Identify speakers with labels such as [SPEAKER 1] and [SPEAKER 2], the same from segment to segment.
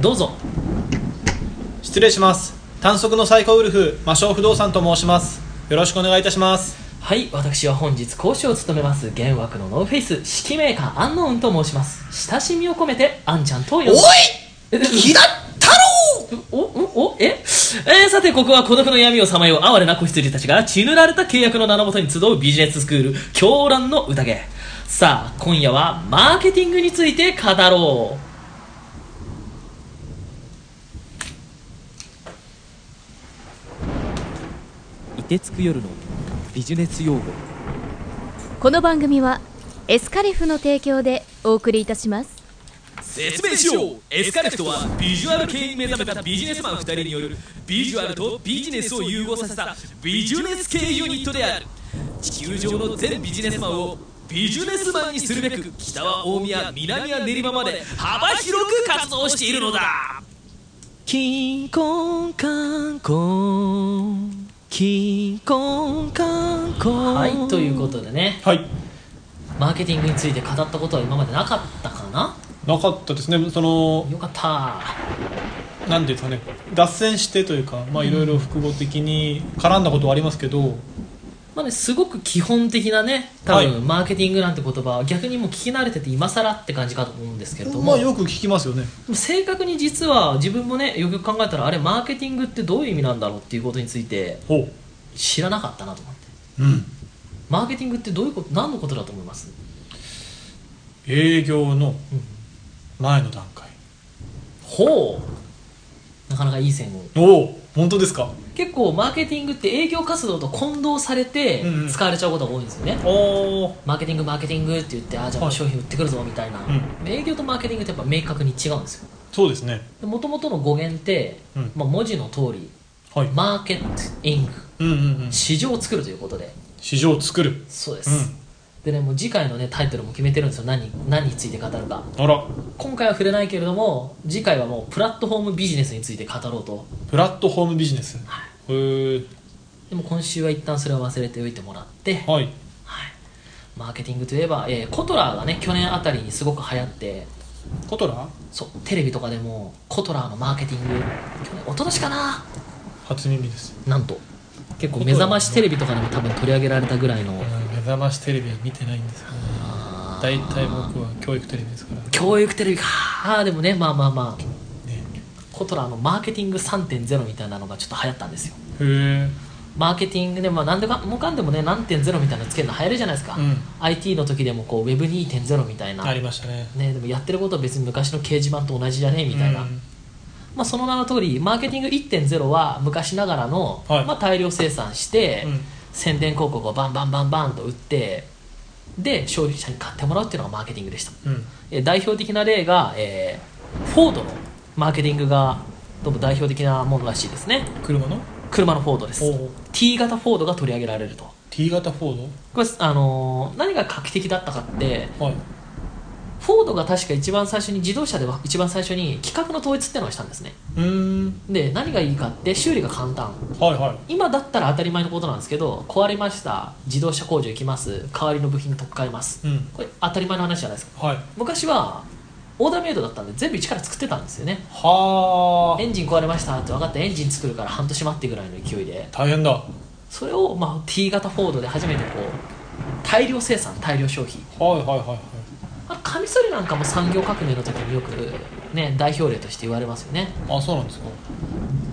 [SPEAKER 1] どうぞ
[SPEAKER 2] 失礼します短足のサイコウルフ魔性不動産と申しますよろしくお願いいたします
[SPEAKER 1] はい私は本日講師を務めます幻惑のノーフェイス指揮メーカーアンノウンと申します親しみを込めてアンちゃんと呼んで
[SPEAKER 2] い木田太郎
[SPEAKER 1] おおおええーさてここは孤独の闇をさまよう哀れな子羊たちが血塗られた契約の名のもとに集うビジネススクール狂乱の宴さあ今夜はマーケティングについて語ろう
[SPEAKER 3] 凍てつく夜のビジネス用語
[SPEAKER 4] この番組はエスカリフの提供でお送りいたします
[SPEAKER 5] 説明しようエスカレフトはビジュアル系に目覚めたビジネスマン2人によるビジュアルとビジネスを融合させたビジネス系ユニットである地球上の全ビジネスマンをビジネスマンにするべく北は大宮南は練馬まで幅広く活動しているのだ
[SPEAKER 3] キンコンカンコンキンコンカンコン
[SPEAKER 1] はいということでね
[SPEAKER 2] はい
[SPEAKER 1] マーケティングについて語ったことは今までなかったかな
[SPEAKER 2] なかったですねその
[SPEAKER 1] よかった
[SPEAKER 2] なんていうんですかね脱線してというかまあいろいろ複合的に絡んだことはありますけど
[SPEAKER 1] まあね、すごく基本的なね多分、
[SPEAKER 2] はい
[SPEAKER 1] マーケティングなんて言葉は逆にもう聞き慣れてて今更って感じかと思うんですけれども、
[SPEAKER 2] まあよく聞きますよね
[SPEAKER 1] 正確に実は自分もねよく考えたらあれマーケティングってどういう意味なんだろうっていうことについて
[SPEAKER 2] ほう
[SPEAKER 1] 知らなかったなと思って
[SPEAKER 2] うん
[SPEAKER 1] マーケティングってどういうこと何のことだと思います、
[SPEAKER 2] 営業の
[SPEAKER 1] うん
[SPEAKER 2] 前の段階
[SPEAKER 1] ほうなかなかいい線を
[SPEAKER 2] おお本当ですか
[SPEAKER 1] 結構マーケティングって営業活動と混同されて
[SPEAKER 2] うんうん
[SPEAKER 1] 使われちゃうことが多いんですよね、
[SPEAKER 2] おお
[SPEAKER 1] マーケティングマーケティングって言ってあーじゃ
[SPEAKER 2] は
[SPEAKER 1] あ
[SPEAKER 2] い
[SPEAKER 1] 商品売ってくるぞみたいな、
[SPEAKER 2] う
[SPEAKER 1] 営業とマーケティングってやっぱ明確に違うんですよ
[SPEAKER 2] そうですね
[SPEAKER 1] もともとの語源って、
[SPEAKER 2] うん
[SPEAKER 1] まあ、文字の通り
[SPEAKER 2] はい
[SPEAKER 1] マーケティング
[SPEAKER 2] うんうんうん
[SPEAKER 1] 市場を作るということで
[SPEAKER 2] 市場を作る
[SPEAKER 1] そうです、でねもう次回のねタイトルも決めてるんですよ何何について語るか
[SPEAKER 2] あら
[SPEAKER 1] 今回は触れないけれども次回はもうプラットフォームビジネスについて語ろうと
[SPEAKER 2] プラットフォームビジネスへー
[SPEAKER 1] でも今週は一旦それは忘れておいてもらって、はい
[SPEAKER 2] はい
[SPEAKER 1] マーケティングといえば、えーコトラーがね去年あたりにすごく流行って
[SPEAKER 2] コトラ
[SPEAKER 1] そうテレビとかでもコトラーのマーケティング去年一昨年かな
[SPEAKER 2] 初耳です
[SPEAKER 1] なんと結構目覚ましテレビとかでも多分取り上げられたぐらいの、
[SPEAKER 2] 目覚ましテレビは見てないんですよね大体僕は教育テレビですからね
[SPEAKER 1] 教育テレビかあーでもねまあまあまあコトラのマーケティング3.0みたいなのがちょっと流行ったんですよ
[SPEAKER 2] へえ
[SPEAKER 1] マーケティングで、まあ、何でかもかんでもね何.0みたいなのつけるの流行るじゃないですか、
[SPEAKER 2] うん
[SPEAKER 1] IT の時でもこう Web2.0 みたいな、
[SPEAKER 2] ありましたね
[SPEAKER 1] ね、でもやってることは別に昔の掲示板と同じじゃねえみたいな、
[SPEAKER 2] うん
[SPEAKER 1] まあ、その名の通りマーケティング1.0は昔ながらの、
[SPEAKER 2] はい
[SPEAKER 1] まあ、大量生産して、
[SPEAKER 2] うん
[SPEAKER 1] 宣伝広告をバンバンバンバンと打ってで消費者に買ってもらうっていうのがマーケティングでした、
[SPEAKER 2] うん
[SPEAKER 1] えー代表的な例が、えーフォードのマーケティングがどうも代表的なものらしいですね
[SPEAKER 2] 車の
[SPEAKER 1] 車のフォードです
[SPEAKER 2] おう
[SPEAKER 1] T 型フォードが取り上げられると
[SPEAKER 2] T 型フォー
[SPEAKER 1] これ、あのー何が画期的だったかって
[SPEAKER 2] ドはい
[SPEAKER 1] フォードが確か一番最初に自動車では一番最初に規格の統一ってのをしたんですね
[SPEAKER 2] うーん
[SPEAKER 1] で何がいいかって修理が簡単
[SPEAKER 2] はいはい
[SPEAKER 1] 今だったら当たり前のことなんですけど壊れました自動車工場行きます代わりの部品取っ換えます
[SPEAKER 2] うん
[SPEAKER 1] これ当たり前の話じゃないですか
[SPEAKER 2] はい
[SPEAKER 1] 昔はオーダーメイドだったんで全部一から作ってたんですよね
[SPEAKER 2] は
[SPEAKER 1] エンジン壊れましたって分かってエンジン作るから半年待ってぐらいの勢いで
[SPEAKER 2] あ大変だは
[SPEAKER 1] それをまあ T 型フォードで初めてこう大量生産大量消費
[SPEAKER 2] いはいはいはい
[SPEAKER 1] あカミソリなんかも産業革命の時によく、ね、代表例として言われますよね
[SPEAKER 2] あそうなんですか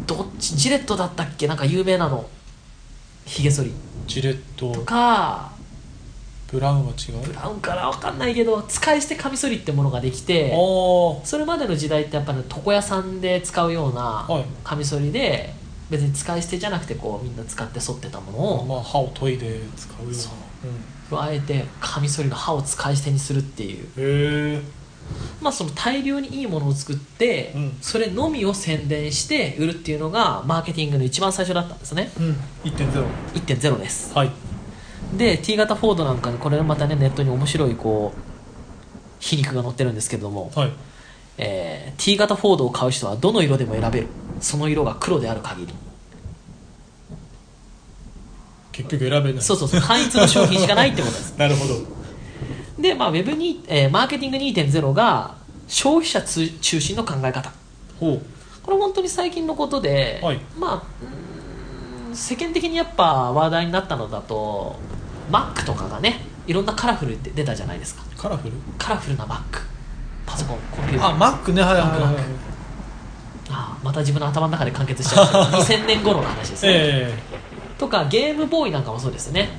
[SPEAKER 1] どっちジレットだったっけなんか有名なのヒゲ剃り
[SPEAKER 2] ジレット
[SPEAKER 1] とか
[SPEAKER 2] ブラウンは違
[SPEAKER 1] ブ
[SPEAKER 2] う
[SPEAKER 1] ラウンから分かんないけど使い捨てカミソリってものができて
[SPEAKER 2] あ
[SPEAKER 1] それまでの時代ってやっぱり床屋さんで使うような
[SPEAKER 2] はい
[SPEAKER 1] カミソリで別に使い捨てじゃなくてこうみんな使って剃ってたもの
[SPEAKER 2] あ
[SPEAKER 1] を
[SPEAKER 2] まあ歯を研いで使うよう
[SPEAKER 1] そう
[SPEAKER 2] な
[SPEAKER 1] 加えてカミソリの刃を使い捨てにするっていう、
[SPEAKER 2] うんへえ
[SPEAKER 1] まあ、その大量にいいものを作って、
[SPEAKER 2] うん
[SPEAKER 1] それのみを宣伝して売るっていうのがマーケティングの一番最初だったんですね
[SPEAKER 2] うん1.0
[SPEAKER 1] 1.0です
[SPEAKER 2] はい
[SPEAKER 1] で T 型フォードなんかにこれまたねネットに面白いこう皮肉が載ってるんですけども、
[SPEAKER 2] はい
[SPEAKER 1] えー T 型フォードを買う人はどの色でも選べるその色が黒である限り
[SPEAKER 2] 結局選べない
[SPEAKER 1] そうそうそう単一の商品しかないってこと です
[SPEAKER 2] なるほど
[SPEAKER 1] で、まあ、ウェブに、えーマーケティング2.0が消費者つ中心の考え方
[SPEAKER 2] ほ
[SPEAKER 1] これ本当に最近のことで、
[SPEAKER 2] はい
[SPEAKER 1] まあうーん世間的にやっぱ話題になったのだとマックとかがねいろんなカラフルって出たじゃないですか
[SPEAKER 2] うカラフル
[SPEAKER 1] カラフルなマックパソコンコンピューター
[SPEAKER 2] あマックねはいはいはいはい
[SPEAKER 1] ああまた自分の頭の中で完結しちゃ うんですけど2000年頃の話ですね、
[SPEAKER 2] ええ
[SPEAKER 1] とかゲームボーイなんかもそうですね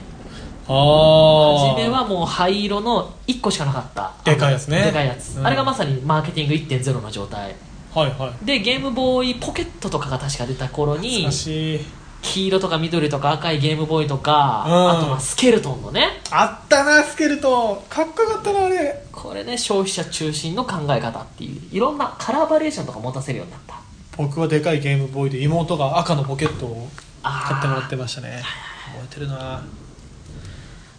[SPEAKER 2] ああ
[SPEAKER 1] 初めはもう灰色の1個しかなかった
[SPEAKER 2] でかいやつね
[SPEAKER 1] でかいやつ、
[SPEAKER 2] うん
[SPEAKER 1] あれがまさにマーケティング1.0の状態
[SPEAKER 2] はいはい
[SPEAKER 1] でゲームボーイポケットとかが確か出た頃に
[SPEAKER 2] 懐かしい
[SPEAKER 1] 黄色とか緑とか赤いゲームボーイとか、
[SPEAKER 2] うん
[SPEAKER 1] あとまあスケルトンのね
[SPEAKER 2] あったなスケルトンかっこよかったなあれ
[SPEAKER 1] これね消費者中心の考え方っていういろんなカラーバリエーションとか持たせるようになった
[SPEAKER 2] 僕はでかいゲームボーイで妹が赤のポケットを
[SPEAKER 1] あー
[SPEAKER 2] 買ってもらってましたね覚えてるな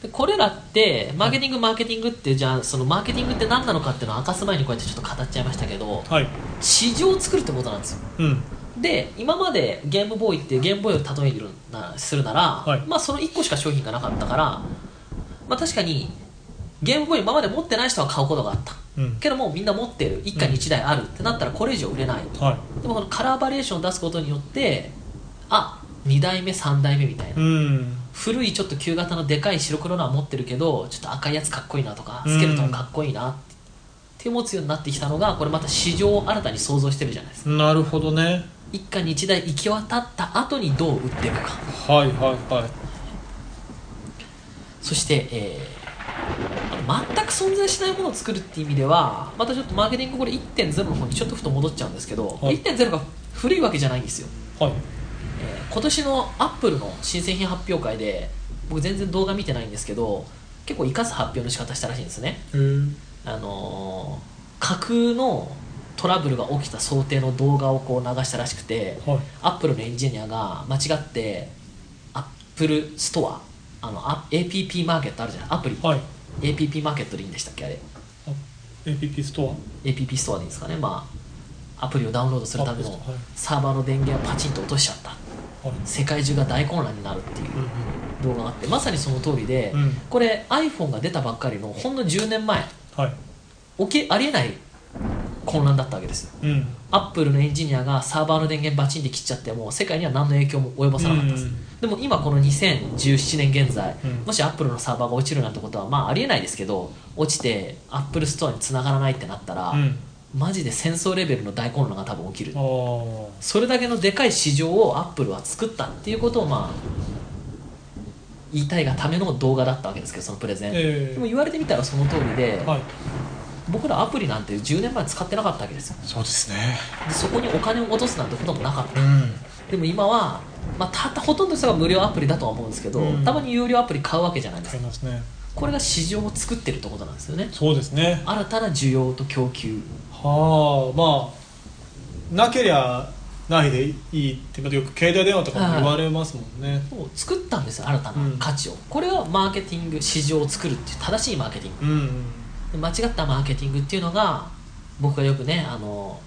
[SPEAKER 1] でこれらってマーケティングマーケティングってじゃあそのマーケティングって何なのかっていうのを明かす前にこうやってちょっと語っちゃいましたけど
[SPEAKER 2] はい
[SPEAKER 1] 市場を作るってことなんですよ
[SPEAKER 2] うん
[SPEAKER 1] で今までゲームボーイってゲームボーイを例えるなするなら、
[SPEAKER 2] はい
[SPEAKER 1] まあその1個しか商品がなかったから、まあ、確かにゲームボーイ今まで持ってない人は買うことがあった
[SPEAKER 2] うん
[SPEAKER 1] けどもうみんな持ってる1家に1台あるってなったらこれ以上売れないと、
[SPEAKER 2] は
[SPEAKER 1] でもこのカラーバリエーションを出すことによってあ2代目3代目みたいな、
[SPEAKER 2] いうん
[SPEAKER 1] 古いちょっと旧型のでかい白黒のは持ってるけどちょっと赤いやつかっこいいなとか
[SPEAKER 2] うん
[SPEAKER 1] スケルトンかっこいいなって持つようになってきたのがこれまた市場を新たに想像してるじゃないですか
[SPEAKER 2] なるほどね
[SPEAKER 1] 一家に一台行き渡った後にどう売っていくか
[SPEAKER 2] はいはいはい
[SPEAKER 1] そして、えー全く存在しないものを作るっていう意味ではまたちょっとマーケティングこれ1.0の方にちょっとふと戻っちゃうんですけど、
[SPEAKER 2] はい
[SPEAKER 1] 1.0が古いわけじゃないんですよ
[SPEAKER 2] はい
[SPEAKER 1] えー今年のアップルの新製品発表会で僕全然動画見てないんですけど結構生かす発表の仕方したらしいんですね
[SPEAKER 2] へー
[SPEAKER 1] あのー架空のトラブルが起きた想定の動画をこう流したらしくて
[SPEAKER 2] はい
[SPEAKER 1] アップルのエンジニアが間違ってアップルストアあのあ APP マーケットあるじゃないアプリ、
[SPEAKER 2] はい
[SPEAKER 1] APP マーケットでいいんでしたっけあれ
[SPEAKER 2] あ APP スト
[SPEAKER 1] APP ストアでいいんですかねまあアプリをダウンロードするため
[SPEAKER 2] アッ
[SPEAKER 1] の
[SPEAKER 2] プストアはい
[SPEAKER 1] サーバーの電源をパチンと落としちゃった
[SPEAKER 2] アはい
[SPEAKER 1] 世界中が大混乱になるっていう
[SPEAKER 2] うんう
[SPEAKER 1] 動
[SPEAKER 2] ん
[SPEAKER 1] 画があってまさにその通りで、
[SPEAKER 2] うん
[SPEAKER 1] これ iPhone が出たばっかりのほんの10年前
[SPEAKER 2] はい
[SPEAKER 1] 起きありえない混乱だったわけですよ
[SPEAKER 2] うん
[SPEAKER 1] アップルのエンジニアがサーバーの電源バチンで切っちゃってもう世界には何の影響も及ぼさなかったです、
[SPEAKER 2] うん
[SPEAKER 1] でも今この2017年現在、
[SPEAKER 2] うん
[SPEAKER 1] もしアップルのサーバーが落ちるなんてことはまあありえないですけど落ちてアップルストアに繋がらないってなったら、
[SPEAKER 2] うん
[SPEAKER 1] マジで戦争レベルの大混乱が多分起きる
[SPEAKER 2] あー
[SPEAKER 1] それだけのでかい市場をアップルは作ったっていうことをまあ言いたいがための動画だったわけですけどそのプレゼン、
[SPEAKER 2] え
[SPEAKER 1] でも
[SPEAKER 2] え
[SPEAKER 1] 言われてみたらその通りで、
[SPEAKER 2] はい
[SPEAKER 1] 僕らアプリなんて10年前使ってなかったわけですよ
[SPEAKER 2] そうですね
[SPEAKER 1] でそこにお金を落とすなんてこともなかった
[SPEAKER 2] うん
[SPEAKER 1] でも今は、まあ、たったほとんどの人が無料アプリだとは思うんですけど、
[SPEAKER 2] うん
[SPEAKER 1] たまに有料アプリ買うわけじゃないです
[SPEAKER 2] 買い
[SPEAKER 1] か
[SPEAKER 2] ますね
[SPEAKER 1] これが市場を作ってるってことなんですよね
[SPEAKER 2] そうですね
[SPEAKER 1] 新たな需要と供給
[SPEAKER 2] はあまあなけりゃないでいいってことよく携帯電話とかも言われますもんね
[SPEAKER 1] を作ったんですよ新たな価値を、これはマーケティング市場を作るっていう正しいマーケティング
[SPEAKER 2] うん
[SPEAKER 1] 間違ったマーケティングっていうのが僕がよくねあの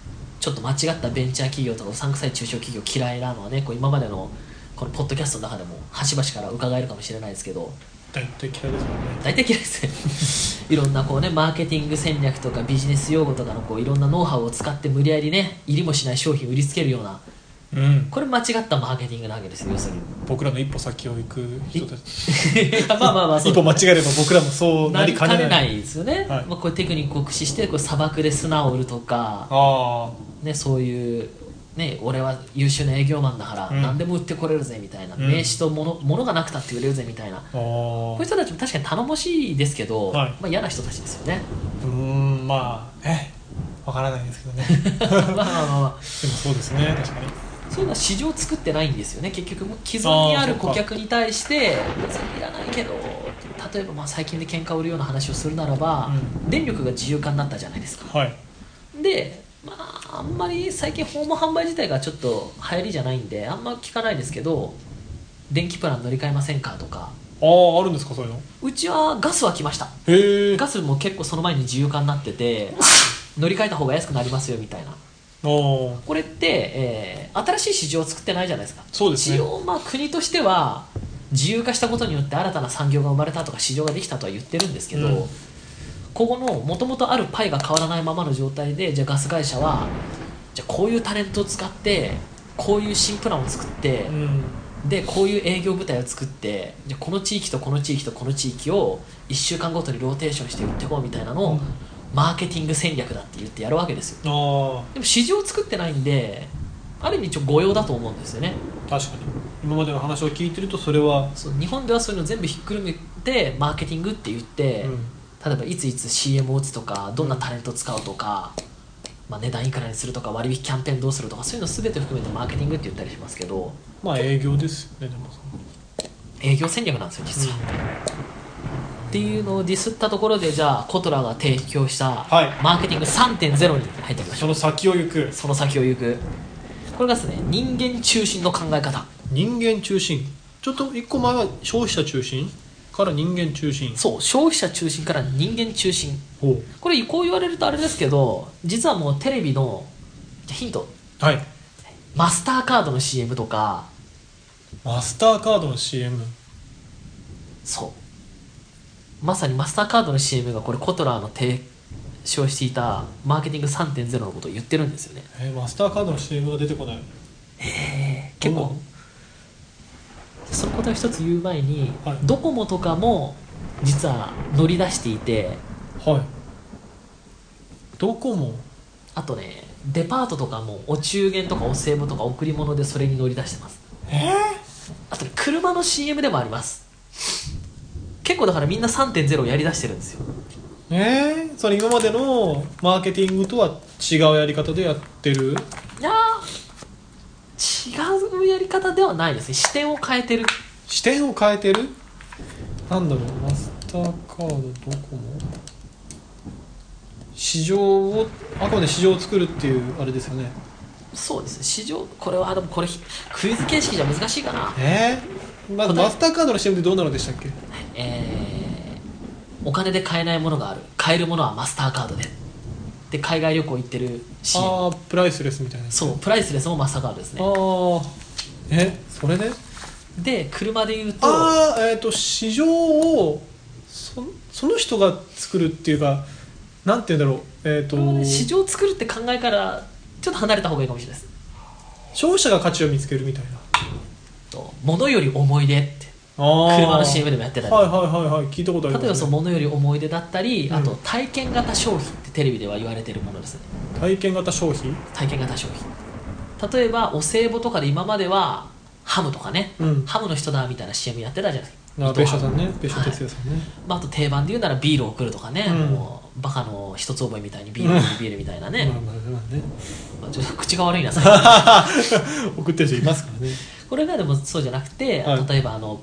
[SPEAKER 1] ちょっと間違ったベンチャー企業とかうさんくさい中小企業嫌いなのはねこう今までのこのポッドキャストの中でも端々から伺えるかもしれないですけど
[SPEAKER 2] 大体嫌いですもんね
[SPEAKER 1] 大体嫌いですね いろんなこうねマーケティング戦略とかビジネス用語とかのこういろんなノウハウを使って無理やりね入りもしない商品を売りつけるような
[SPEAKER 2] うん
[SPEAKER 1] これ間違ったマーケティングなわけですよ要するに
[SPEAKER 2] 僕らの一歩先を行く人たち
[SPEAKER 1] まあまあまあそう
[SPEAKER 2] 一歩間違えれば僕らもそう
[SPEAKER 1] な
[SPEAKER 2] な
[SPEAKER 1] り
[SPEAKER 2] り
[SPEAKER 1] か
[SPEAKER 2] か
[SPEAKER 1] ね
[SPEAKER 2] ね
[SPEAKER 1] な
[SPEAKER 2] ない
[SPEAKER 1] いですよね、
[SPEAKER 2] はい
[SPEAKER 1] まあ、こういうテクニックを駆使してこう砂漠で砂を売るとか
[SPEAKER 2] あ
[SPEAKER 1] ね、そういう、ね、俺は優秀な営業マンだから
[SPEAKER 2] うん
[SPEAKER 1] 何でも売ってこれるぜみたいな、
[SPEAKER 2] ん
[SPEAKER 1] 名刺と物物がなくたって売れるぜみたいな、
[SPEAKER 2] ああ
[SPEAKER 1] こういう
[SPEAKER 2] ー
[SPEAKER 1] 人たちも確かに頼もしいですけど、
[SPEAKER 2] はい
[SPEAKER 1] まあ、嫌な人たちですよ ね
[SPEAKER 2] うーんまあねわからないですけどねでも
[SPEAKER 1] まあまあまあ、ま
[SPEAKER 2] そうですね確かに
[SPEAKER 1] あ、そういうのは市場を作ってないんですよね結局既存にある顧客に対して別にいらないけど例えばまあ最近で喧嘩を売るような話をするならば、電力が自由化になったじゃないですか
[SPEAKER 2] はい
[SPEAKER 1] でまああんまり最近訪問販売自体がちょっと流行りじゃないんであんま聞かないですけど電気プラン乗り換えませんかとか
[SPEAKER 2] あああるんですかそういうの
[SPEAKER 1] うちはガスは来ました
[SPEAKER 2] へえ
[SPEAKER 1] ガスも結構その前に自由化になってて乗り換えた方が安くなりますよみたいな
[SPEAKER 2] あ
[SPEAKER 1] これって、えー新しい市場を作ってないじゃないですか
[SPEAKER 2] そうですね
[SPEAKER 1] 一応まあ国としては自由化したことによって新たな産業が生まれたとか市場ができたとは言ってるんですけど、
[SPEAKER 2] うん
[SPEAKER 1] ここのもともとあるパイが変わらないままの状態でじゃあガス会社はじゃあこういうタレントを使ってこういう新プランを作って、
[SPEAKER 2] うん
[SPEAKER 1] でこういう営業部隊を作ってじゃあこの地域とこの地域とこの地域を1週間ごとにローテーションして売ってこうみたいなのを、
[SPEAKER 2] うん
[SPEAKER 1] マーケティング戦略だって言ってやるわけですよ
[SPEAKER 2] あ
[SPEAKER 1] でも市場を作ってないんである意味一応御用だと思うんですよね
[SPEAKER 2] あ確かに今までの話を聞いてるとそれは、
[SPEAKER 1] そう日本ではそういうの全部ひっくるめてマーケティングって言って、
[SPEAKER 2] うん
[SPEAKER 1] 例えばいついつ CM を打つとかどんなタレントを使うとか、まあ、値段いくらにするとか割引キャンペーンどうするとかそういうの全て含めてマーケティングって言ったりしますけど
[SPEAKER 2] まあ営業ですよねでも
[SPEAKER 1] 営業戦略なんですよ実は、っていうのをディスったところでじゃあコトラが提供した
[SPEAKER 2] はい
[SPEAKER 1] マーケティング3.0に入ってみましょ
[SPEAKER 2] その先を行く
[SPEAKER 1] うその先を行くこれがですね人間中心の考え方
[SPEAKER 2] 人間中心ちょっと一個前は消費者中心から人間中心
[SPEAKER 1] そう消費者中心から人間中心
[SPEAKER 2] ほう
[SPEAKER 1] これこう言われるとあれですけど実はもうテレビのじゃあヒント
[SPEAKER 2] はい
[SPEAKER 1] マスターカードの CM とか
[SPEAKER 2] マスターカードの CM
[SPEAKER 1] そうまさにマスターカードの CM がこれコトラーの提唱していたマーケティング3.0のことを言ってるんですよね
[SPEAKER 2] えーマスターカードの CM が出てこない
[SPEAKER 1] 結構
[SPEAKER 2] どんなの
[SPEAKER 1] そのことを一つ言う前に、
[SPEAKER 2] はい
[SPEAKER 1] ドコモとかも実は乗り出していて
[SPEAKER 2] はいどこも
[SPEAKER 1] あとねデパートとかもお中元とかお歳暮とか贈り物でそれに乗り出してますあとね車の CM でもあります結構だからみんな3.0をやりだしてるんですよ
[SPEAKER 2] えー、それ今までのマーケティングとは違うやり方でやってる
[SPEAKER 1] いやー違うやり方ではないですね視点を変えてる
[SPEAKER 2] 視点を変えてるなんだろうマスターカードドコモ市場をあくまで市場を作るっていうあれですよね
[SPEAKER 1] そうですね市場これはでもこれクイズ形式じゃ難しいかな
[SPEAKER 2] えー、まず
[SPEAKER 1] 答え
[SPEAKER 2] マスターカードの CM ってどうなのでしたっけ
[SPEAKER 1] えーお金で買えないものがある買えるものはマスターカードでで海外旅行行ってる CM
[SPEAKER 2] ああプライスレスみたいな
[SPEAKER 1] そうプライスレスもマスターカードです
[SPEAKER 2] あ
[SPEAKER 1] ね
[SPEAKER 2] あえそれで
[SPEAKER 1] で車で言うと
[SPEAKER 2] ああえっ、と市場をそその人が作るっていうかなんて言うんだろうえっ、
[SPEAKER 1] これはね
[SPEAKER 2] と
[SPEAKER 1] 市場を作るって考えからちょっと離れた方がいいかもしれないです
[SPEAKER 2] 消費者が価値を見つけるみたいな
[SPEAKER 1] と物より思い出って
[SPEAKER 2] 車
[SPEAKER 1] 車の CM でもやってたり
[SPEAKER 2] はいはいはいはい聞いたことあり
[SPEAKER 1] 例
[SPEAKER 2] ま
[SPEAKER 1] えば
[SPEAKER 2] す
[SPEAKER 1] その物より思い出だったり、
[SPEAKER 2] うん
[SPEAKER 1] あと体験型消費ってテレビでは言われてるものですね
[SPEAKER 2] 体験型消費
[SPEAKER 1] 体験型消費例えばお歳暮とかで今まではハムとかね、
[SPEAKER 2] うん
[SPEAKER 1] ハムの人だみたいな CM やってたじゃないですか
[SPEAKER 2] あ別所さんね
[SPEAKER 1] 伊藤
[SPEAKER 2] 別
[SPEAKER 1] ハ
[SPEAKER 2] 所
[SPEAKER 1] ム
[SPEAKER 2] 哲也さんね、
[SPEAKER 1] まあ、あと定番で言うならビールを送るとかね、
[SPEAKER 2] うん
[SPEAKER 1] もうバカの一つ覚えみたいにビールにビールみたいなね、
[SPEAKER 2] まあまあまあね
[SPEAKER 1] まあちょっと口が悪いな最近
[SPEAKER 2] 送ってる人いますからね
[SPEAKER 1] これがでもそうじゃなくて、
[SPEAKER 2] はい
[SPEAKER 1] 例えばあの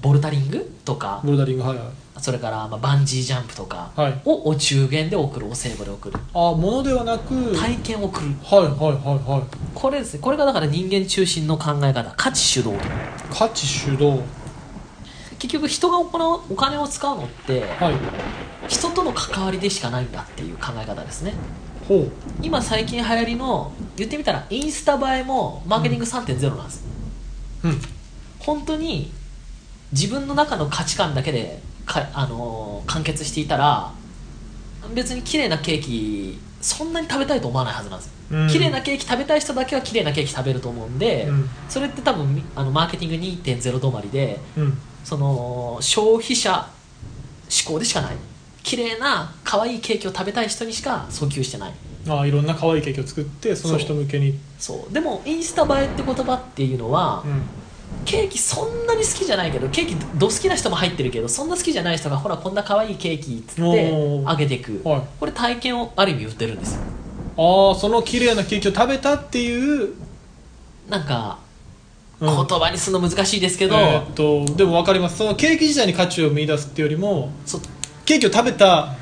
[SPEAKER 1] ボルタリングとか
[SPEAKER 2] ボルダリングはいはい
[SPEAKER 1] それからまあバンジージャンプとか
[SPEAKER 2] はい
[SPEAKER 1] をお中元で送るお歳暮で送る
[SPEAKER 2] あ物ではなく、はい、
[SPEAKER 1] 体験を送る
[SPEAKER 2] はいはいはい
[SPEAKER 1] これですねこれがだから人間中心の考え方価値主導
[SPEAKER 2] 価値主導
[SPEAKER 1] 結局人が行うお金を使うのって
[SPEAKER 2] はい
[SPEAKER 1] 人との関わりでしかないんだっていう考え方ですね
[SPEAKER 2] ほう
[SPEAKER 1] 今最近流行りの言ってみたらインスタ映えもマーケティング3.0なんです、
[SPEAKER 2] うん
[SPEAKER 1] 本当に自分の中の価値観だけでか、あのー完結していたら別に綺麗なケーキそんなに食べたいと思わないはずなんですよ、
[SPEAKER 2] うん
[SPEAKER 1] 綺麗なケーキ食べたい人だけは綺麗なケーキ食べると思うんで、
[SPEAKER 2] うん
[SPEAKER 1] それって多分みあのマーケティング2.0止まりで
[SPEAKER 2] うん
[SPEAKER 1] その消費者思考でしかない綺麗な可愛いケーキを食べたい人にしか訴求してない
[SPEAKER 2] あいろんな可愛いケーキを作ってその人向けに
[SPEAKER 1] そうでもインスタ映えって言葉っていうのは、
[SPEAKER 2] ん
[SPEAKER 1] ケーキそんなに好きじゃないけどケーキど好きな人も入ってるけどそんな好きじゃない人がほらこんな可愛いケーキっつって
[SPEAKER 2] おー
[SPEAKER 1] あげていく
[SPEAKER 2] はい
[SPEAKER 1] これ体験をある意味売ってるんですよ
[SPEAKER 2] ああその綺麗なケーキを食べたっていう、
[SPEAKER 1] なんか
[SPEAKER 2] うん
[SPEAKER 1] 言葉にするの難しいですけど、
[SPEAKER 2] えーっとでも分かりますそのケーキ自体に価値を見出すっていうよりも
[SPEAKER 1] そう
[SPEAKER 2] ケーキを食べた、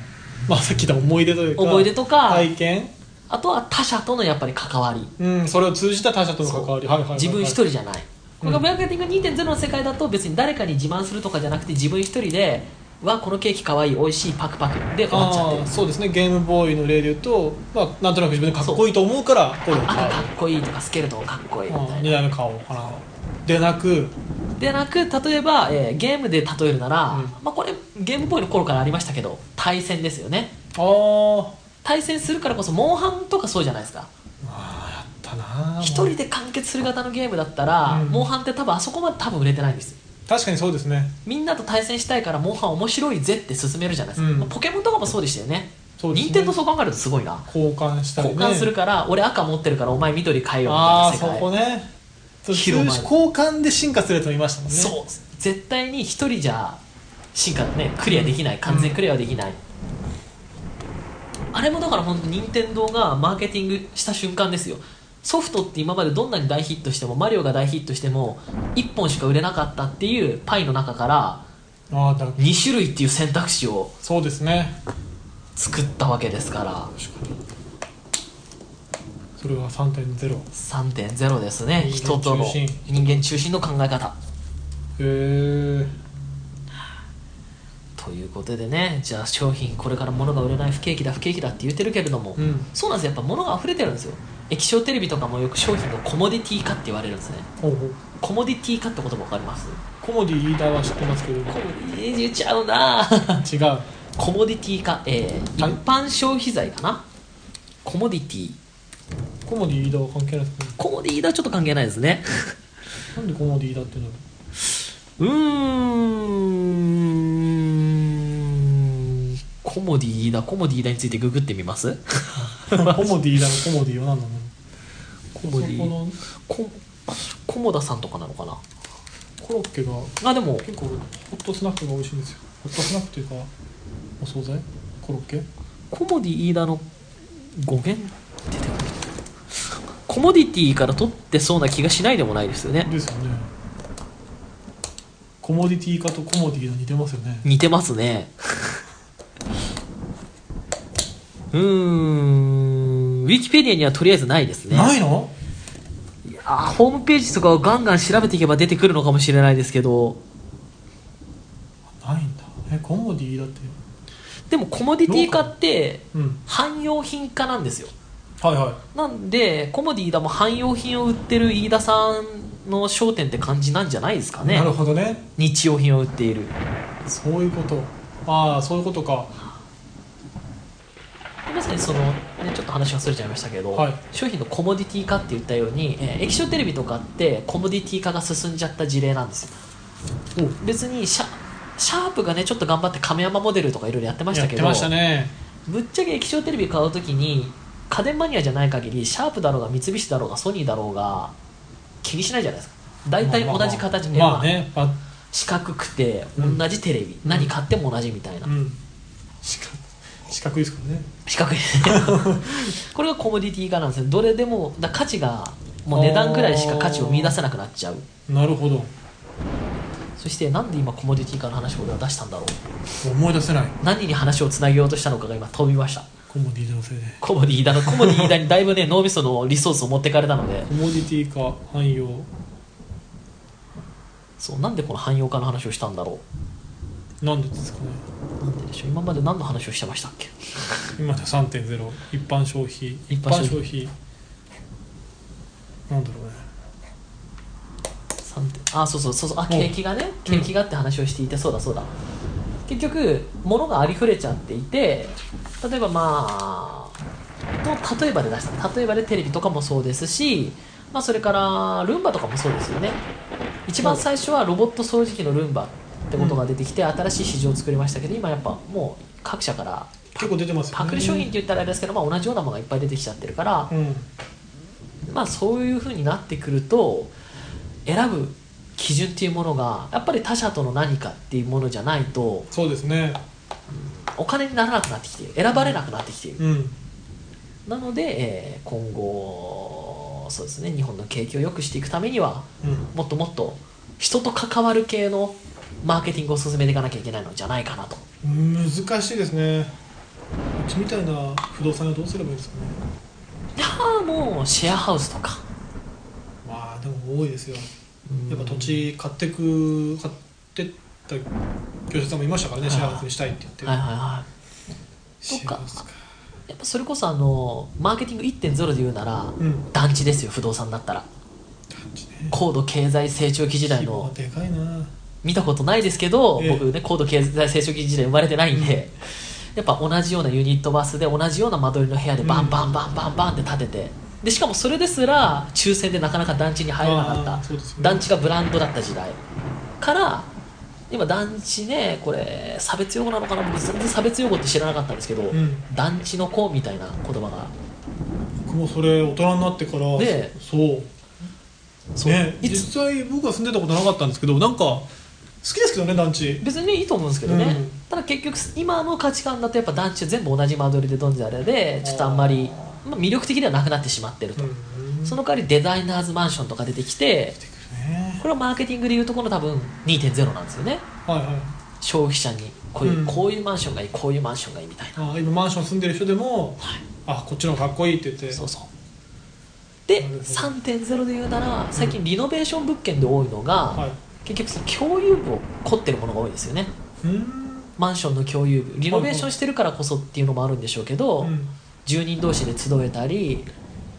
[SPEAKER 2] まあ、さっき言った思い出というか
[SPEAKER 1] 思い出とか
[SPEAKER 2] 体験、
[SPEAKER 1] あとは他者とのやっぱり関わり
[SPEAKER 2] うん、それを通じた他者との関わり、はいはいはいはい
[SPEAKER 1] 自分一人じゃないこれが
[SPEAKER 2] うん
[SPEAKER 1] マーケティング2.0の世界だと別に誰かに自慢するとかじゃなくて自分一人でわこのケーキ可愛い美味しいパクパクで終わっちゃって
[SPEAKER 2] あ
[SPEAKER 1] る
[SPEAKER 2] あそうですねゲームボーイの例で言うと、まあ、なんとなく自分でかっこいいと思うからこれを
[SPEAKER 1] あ
[SPEAKER 2] 買う
[SPEAKER 1] かっこいいとかスケルトンかっこいいみたいな
[SPEAKER 2] 2代目買おうかなでなく
[SPEAKER 1] でなく例えば、えーゲームで例えるなら、
[SPEAKER 2] うん
[SPEAKER 1] まあ、これゲームボーイの頃からありましたけど対戦ですよね
[SPEAKER 2] ああ
[SPEAKER 1] 対戦するからこそモンハンとかそうじゃないですか
[SPEAKER 2] もう
[SPEAKER 1] 一人で完結する型のゲームだったら、
[SPEAKER 2] うん
[SPEAKER 1] モンハンって多分あそこまで多分売れてないんですよ
[SPEAKER 2] 確かにそうですね
[SPEAKER 1] みんなと対戦したいからモンハン面白いぜって進めるじゃないですか、
[SPEAKER 2] うん
[SPEAKER 1] まあポケモンとかもそうでしたよね
[SPEAKER 2] そうですね
[SPEAKER 1] 任天堂そう考えるとすごいな
[SPEAKER 2] 交換したり、ね、
[SPEAKER 1] 交換するから、俺赤持ってるからお前緑変えようみ
[SPEAKER 2] ああ
[SPEAKER 1] た
[SPEAKER 2] そ
[SPEAKER 1] いな世界
[SPEAKER 2] こねそう数
[SPEAKER 1] 広
[SPEAKER 2] 種
[SPEAKER 1] まる
[SPEAKER 2] 交換で進化するやつもいましたもんね
[SPEAKER 1] そう絶対に一人じゃ進化ねクリアできない完全クリアはできない、あれもだから本当任天堂がマーケティングした瞬間ですよソフトって今までどんなに大ヒットしてもマリオが大ヒットしても1本しか売れなかったっていうパイの中から
[SPEAKER 2] ああだ
[SPEAKER 1] 2種類っていう選択肢を
[SPEAKER 2] そうですね
[SPEAKER 1] 作ったわけですから
[SPEAKER 2] それは3.0へ
[SPEAKER 1] 3.0ですね
[SPEAKER 2] 人
[SPEAKER 1] 人
[SPEAKER 2] 間中心
[SPEAKER 1] との人間中心の考え方
[SPEAKER 2] え
[SPEAKER 1] ということでねじゃあ商品これから物が売れない不景気だ不景気だって言ってるけれども、
[SPEAKER 2] うん
[SPEAKER 1] そうなんですよやっぱ物が溢れてるんですよ液晶テレビとかもよく商品のコモディティ化って言われるんですね
[SPEAKER 2] おう
[SPEAKER 1] コモディティ化って言葉分かります
[SPEAKER 2] コモディ飯田は知ってますけど違う
[SPEAKER 1] コモディ言っちゃうな コモディティ化えー、
[SPEAKER 2] はい
[SPEAKER 1] 一般消費財かなコモディティ
[SPEAKER 2] コモディ飯田は関係ないですね
[SPEAKER 1] コモディだちょっと関係ないですね
[SPEAKER 2] なんでコモディ飯田っていうんだろ
[SPEAKER 1] うーんコモディだコモディだについてググってみます
[SPEAKER 2] うコモディ飯田のコモディは何なの
[SPEAKER 1] コモデ
[SPEAKER 2] そこ
[SPEAKER 1] ィ
[SPEAKER 2] の
[SPEAKER 1] こコモダさんとかなのかな
[SPEAKER 2] コロッケが
[SPEAKER 1] あでも
[SPEAKER 2] 結構ホットスナックが美味しいんですよホットスナックというかお惣菜コロッケ
[SPEAKER 1] コモディ飯田の語源出てこないコモディティから取ってそうな気がしないでもないですよね
[SPEAKER 2] ですよねコモディティ化とコモディが似てますよね
[SPEAKER 1] 似てます ねうーんウィキペディアにはとりあえずないですね
[SPEAKER 2] ないの
[SPEAKER 1] あホームページとかをガンガン調べていけば出てくるのかもしれないですけど
[SPEAKER 2] ないんだえコモディだって
[SPEAKER 1] でもコモディティ化って
[SPEAKER 2] うん
[SPEAKER 1] 汎用品化なんですよ
[SPEAKER 2] はいはい
[SPEAKER 1] なんでコモディ飯田も汎用品を売ってる飯田さんの商店って感じなんじゃないですかね
[SPEAKER 2] なるほどね
[SPEAKER 1] 日用品を売っている
[SPEAKER 2] そういうことああそういうことか
[SPEAKER 1] まさにその、ね、ちょっと話がそれちゃいましたけど、
[SPEAKER 2] はい
[SPEAKER 1] 商品のコモディティ化って言ったように、えー液晶テレビとかってコモディティ化が進んじゃった事例なんですよ別にシャシャープがねちょっと頑張って亀山モデルとかいろいろやってまし
[SPEAKER 2] や
[SPEAKER 1] た
[SPEAKER 2] っ
[SPEAKER 1] け
[SPEAKER 2] て
[SPEAKER 1] ど
[SPEAKER 2] ましたね
[SPEAKER 1] ぶっちゃけ液晶テレビ買うときに家電マニアじゃない限りシャープだろうが三菱だろうがソニーだろうが気にしないじゃないですか大体同じ形で、
[SPEAKER 2] まあまあまあまあねあ
[SPEAKER 1] 四角くて
[SPEAKER 2] うん
[SPEAKER 1] 同じテレビ、何買っても同じみたいな、
[SPEAKER 2] うん四角四角いですからね
[SPEAKER 1] 四角い これがコモディティ化なんですねどれでもだ価値がもう値段ぐらいしか価値を見出せなくなっちゃう
[SPEAKER 2] なるほど
[SPEAKER 1] そしてなんで今コモディティ化の話を俺は出したんだろう
[SPEAKER 2] 思い出せない
[SPEAKER 1] 何に話をつなげようとしたのかが今飛びました
[SPEAKER 2] コモディのせいで
[SPEAKER 1] コモディだのコモディだにだいぶね脳みそのリソースを持ってかれたので
[SPEAKER 2] コモディティ化汎用
[SPEAKER 1] そうなんでこの汎用化の話をしたんだろ
[SPEAKER 2] なんでですかね
[SPEAKER 1] うなんででしょう今まで何の話をしてましたっけ
[SPEAKER 2] 今で3.0一般消費
[SPEAKER 1] 一
[SPEAKER 2] 一
[SPEAKER 1] 般
[SPEAKER 2] 般
[SPEAKER 1] 消費
[SPEAKER 2] 消費なんだろうね
[SPEAKER 1] 三点あそうそうそうそうあ景気がね景気がって話をしていて、そうだそうだ結局物がありふれちゃっていて例えばまあと例えばで出した例えばでテレビとかもそうですし、まあ、それからルンバとかもそうですよね一番最初はロボット掃除機のルンバってことが出てきて、新しい市場を作りましたけど今やっぱもう各社から
[SPEAKER 2] 結構出てますよね
[SPEAKER 1] パクリ商品って言ったらあれですけど、まあ、同じようなものがいっぱい出てきちゃってるから、
[SPEAKER 2] うん
[SPEAKER 1] まあ、そういうふうになってくると選ぶ基準っていうものがやっぱり他者との何かっていうものじゃないと
[SPEAKER 2] そうですね
[SPEAKER 1] お金にならなくなってきている選ばれなくなってきている、
[SPEAKER 2] うん
[SPEAKER 1] なので、えー今後そうですね日本の景気を良くしていくためには
[SPEAKER 2] うん
[SPEAKER 1] もっともっと人と関わる系のマーケティングを進めていかなきゃいけないのじゃないかなと
[SPEAKER 2] 難しいですねうちみたいな不動産はどうすればいいですかね
[SPEAKER 1] いやーもうシェアハウスとか
[SPEAKER 2] まあでも多いですよ
[SPEAKER 1] うん
[SPEAKER 2] やっぱ土地買ってく買ってった業者さんもいましたからね
[SPEAKER 1] はい
[SPEAKER 2] シェアハウスにしたいって言って
[SPEAKER 1] はいはいはい
[SPEAKER 2] シェアハウスか
[SPEAKER 1] やっぱそれこそあのマーケティング1.0で言うなら、
[SPEAKER 2] うん
[SPEAKER 1] 団地ですよ不動産だったら
[SPEAKER 2] 感じね
[SPEAKER 1] 高度経済成長期時代
[SPEAKER 2] 規模は
[SPEAKER 1] の
[SPEAKER 2] でかいな
[SPEAKER 1] 見たことないですけど、
[SPEAKER 2] ええ
[SPEAKER 1] 僕ね高度経済成長期時代生まれてないんで、やっぱ同じようなユニットバスで同じような間取りの部屋でバンバンバンバンバンって建てて、でしかもそれですら抽選でなかなか団地に入れなか
[SPEAKER 2] あ
[SPEAKER 1] っ
[SPEAKER 2] ー
[SPEAKER 1] た、
[SPEAKER 2] そうですね
[SPEAKER 1] 団地がブランドだった時代から今団地ねこれ差別用語なのかな僕全然差別用語って知らなかったんですけど、
[SPEAKER 2] ん
[SPEAKER 1] 団地の子みたいな言葉が
[SPEAKER 2] 僕もそれ大人になってから
[SPEAKER 1] ね
[SPEAKER 2] そう
[SPEAKER 1] そう
[SPEAKER 2] ね、
[SPEAKER 1] いつ
[SPEAKER 2] 実際僕は住んでたことなかったんですけどなんか好きですけどね団地
[SPEAKER 1] 別にいいと思うんですけどね、
[SPEAKER 2] うん
[SPEAKER 1] ただ結局今の価値観だとやっぱ団地は全部同じ間取りでどんじゃれでちょっとあんまり、まあ、魅力的ではなくなってしまってると、その代わりデザイナーズマンションとか出てきて
[SPEAKER 2] ね
[SPEAKER 1] これはマーケティングでいうところの多分2.0なんですよね
[SPEAKER 2] はいはい
[SPEAKER 1] 消費者にこういう,、
[SPEAKER 2] うん
[SPEAKER 1] こういうマンションがいいこういうマンションがいいみたいな、
[SPEAKER 2] あ今マンション住んでる人でも、あこっちの方がかっこいいって言って
[SPEAKER 1] そうそうで
[SPEAKER 2] なるほど
[SPEAKER 1] 3.0で言うなら最近リノベーション物件で多いのが、
[SPEAKER 2] はい
[SPEAKER 1] 結局その共有部を凝ってるものが多いですよね
[SPEAKER 2] うーん
[SPEAKER 1] マンションの共有部リノベーションしてるからこそっていうのもあるんでしょうけど、
[SPEAKER 2] うん
[SPEAKER 1] 住人同士で集えたり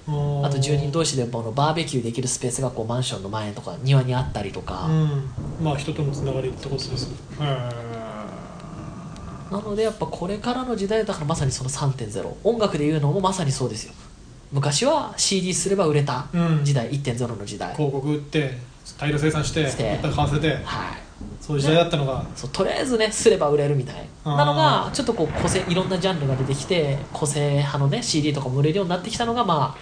[SPEAKER 2] あ
[SPEAKER 1] あと住人
[SPEAKER 2] 士
[SPEAKER 1] 同士でこのバーベキューできるスペースがこうマンションの前とか庭にあったりとか、
[SPEAKER 2] うんまあ人とのつながりってことですへ
[SPEAKER 1] なのでやっぱこれからの時代だからまさにその3.0音楽で言うのもまさにそうですよ昔は CD すれば売れた
[SPEAKER 2] うん
[SPEAKER 1] 時代、1.0の時代、
[SPEAKER 2] 広告売って大量生産して
[SPEAKER 1] して
[SPEAKER 2] いっぱい買わせて
[SPEAKER 1] はい、
[SPEAKER 2] そういう時代だったのが、
[SPEAKER 1] そうとりあえずねすれば売れるみたい
[SPEAKER 2] あー
[SPEAKER 1] なのがちょっとこう個性いろんなジャンルが出てきて個性派のね CD とかも売れるようになってきたのがま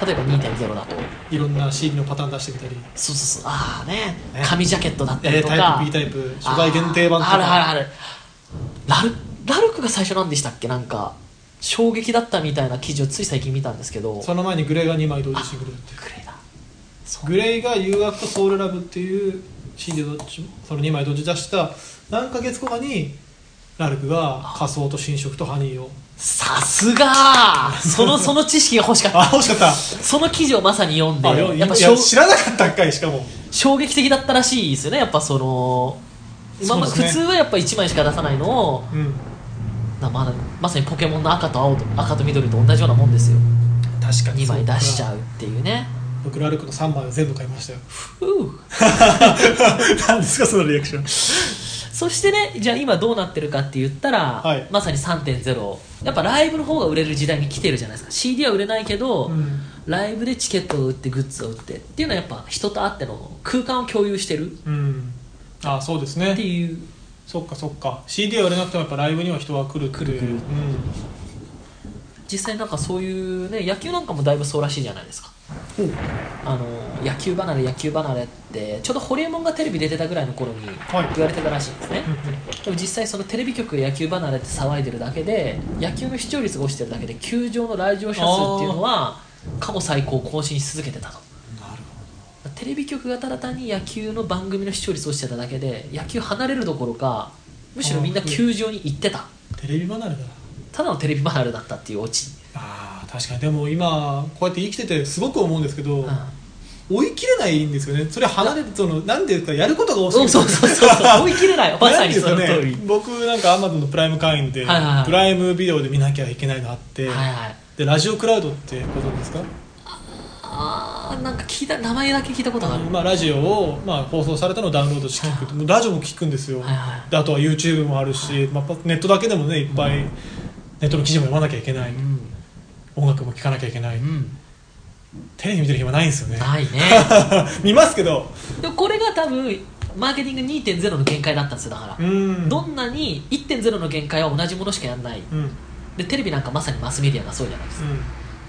[SPEAKER 1] あ例えば2.0だと
[SPEAKER 2] いろんな CD のパターン出してきたり
[SPEAKER 1] そうそうそうああね
[SPEAKER 2] ね
[SPEAKER 1] 紙ジャケットだった
[SPEAKER 2] A
[SPEAKER 1] りと
[SPEAKER 2] タ
[SPEAKER 1] か
[SPEAKER 2] イプ B タイプ初代限定版とか
[SPEAKER 1] あーあるあるあるラルラルクが最初なんでしたっけなんか衝撃だったみたいな記事をつい最近見たんですけど
[SPEAKER 2] その前にグレーが2枚同時シングルだって
[SPEAKER 1] グレーだそう
[SPEAKER 2] グレイが「誘惑とソウルラブ」っていう CD どっちもその2枚同時出した何ヶ月後かにラルクが仮想と新色とハニーを
[SPEAKER 1] さすが そのその知識が欲しかっ
[SPEAKER 2] あ
[SPEAKER 1] た
[SPEAKER 2] 欲しかった
[SPEAKER 1] その記事をまさに読ん
[SPEAKER 2] あよ
[SPEAKER 1] でやっぱ
[SPEAKER 2] い
[SPEAKER 1] 衝
[SPEAKER 2] や知らなかったんかいしかも
[SPEAKER 1] 衝撃的だったらしいですよねやっぱその今まで
[SPEAKER 2] そうです
[SPEAKER 1] 普
[SPEAKER 2] ね
[SPEAKER 1] 通はやっぱ1枚しか出さないのを
[SPEAKER 2] うん
[SPEAKER 1] なまだまさにポケモンの赤と青と赤と緑と同じようなもんですよ
[SPEAKER 2] 確か
[SPEAKER 1] 2枚出しちゃ
[SPEAKER 2] う
[SPEAKER 1] うっていうね
[SPEAKER 2] 僕ラルクの3枚を全部買いましたよ
[SPEAKER 1] ふう
[SPEAKER 2] 何ですかそのリアクション
[SPEAKER 1] そしてねじゃあ今どうなってるかって言ったら、
[SPEAKER 2] はい
[SPEAKER 1] まさに3.0やっぱライブの方が売れる時代に来てるじゃないですか CD は売れないけど、
[SPEAKER 2] うん
[SPEAKER 1] ライブでチケットを売ってグッズを売ってっていうのはやっぱ人と会っての空間を共有してるっ
[SPEAKER 2] うんあそうです
[SPEAKER 1] て
[SPEAKER 2] ね
[SPEAKER 1] いう
[SPEAKER 2] そっかそっか CD は売れなくてもやっぱライブには人は来るっていう
[SPEAKER 1] 来る来る
[SPEAKER 2] うん
[SPEAKER 1] 実際なんかそういうね野球なんかもだいぶそうらしいじゃないですかあの野球離れ野球離れってちょうど堀エモ門がテレビ出てたぐらいの頃に
[SPEAKER 2] はい
[SPEAKER 1] 言われてたらしいんですね、でも実際そのテレビ局が野球離れって騒いでるだけで野球の視聴率が落ちてるだけで球場の来場者数っていうのは過去最高を更新し続けてたとテレビ局がただ単に野球の番組の視聴率落ちてただけで野球離れるどころかむしろみんな球場に行ってた
[SPEAKER 2] テレビ離れだ
[SPEAKER 1] ただのテレビ離れだったっていうオチ、
[SPEAKER 2] あー確かにでも今こうやって生きててすごく思うんですけ
[SPEAKER 1] う
[SPEAKER 2] ど、
[SPEAKER 1] ん、
[SPEAKER 2] 追い切れないんですよねそれ離れてそのなんていうかやることが多すぎ
[SPEAKER 1] うん
[SPEAKER 2] る
[SPEAKER 1] そうそうそう そう追い切れないまさにそ
[SPEAKER 2] な
[SPEAKER 1] の
[SPEAKER 2] んてい
[SPEAKER 1] 通
[SPEAKER 2] うん
[SPEAKER 1] り、
[SPEAKER 2] ですかね僕なんかアマゾンのプライム会員で、
[SPEAKER 1] はいはいはい
[SPEAKER 2] プライムビデオで見なきゃいけないのあって、
[SPEAKER 1] はいはい
[SPEAKER 2] でラジオクラウドってご存知ですか
[SPEAKER 1] あーなんか聞いた名前だけ聞いたことがある、
[SPEAKER 2] まあ、ラジオを、まあ、放送されたのをダウンロードして聞くもうラジオも聞くんですよ、
[SPEAKER 1] はいはい
[SPEAKER 2] であとは YouTube もあるし、まあ、ネットだけでもねいっぱい、ネットの記事も読まなきゃいけない、音楽も聴かなきゃいけない、
[SPEAKER 1] うん、
[SPEAKER 2] テレビ見てる暇ないんですよね
[SPEAKER 1] ないね
[SPEAKER 2] 見ますけど
[SPEAKER 1] でもこれが多分マーケティング2.0の限界だったんですよだから、
[SPEAKER 2] うん
[SPEAKER 1] どんなに1.0の限界は同じものしかやんない
[SPEAKER 2] うんうん
[SPEAKER 1] でテレビなんかまさにマスメディアがそうじゃないですか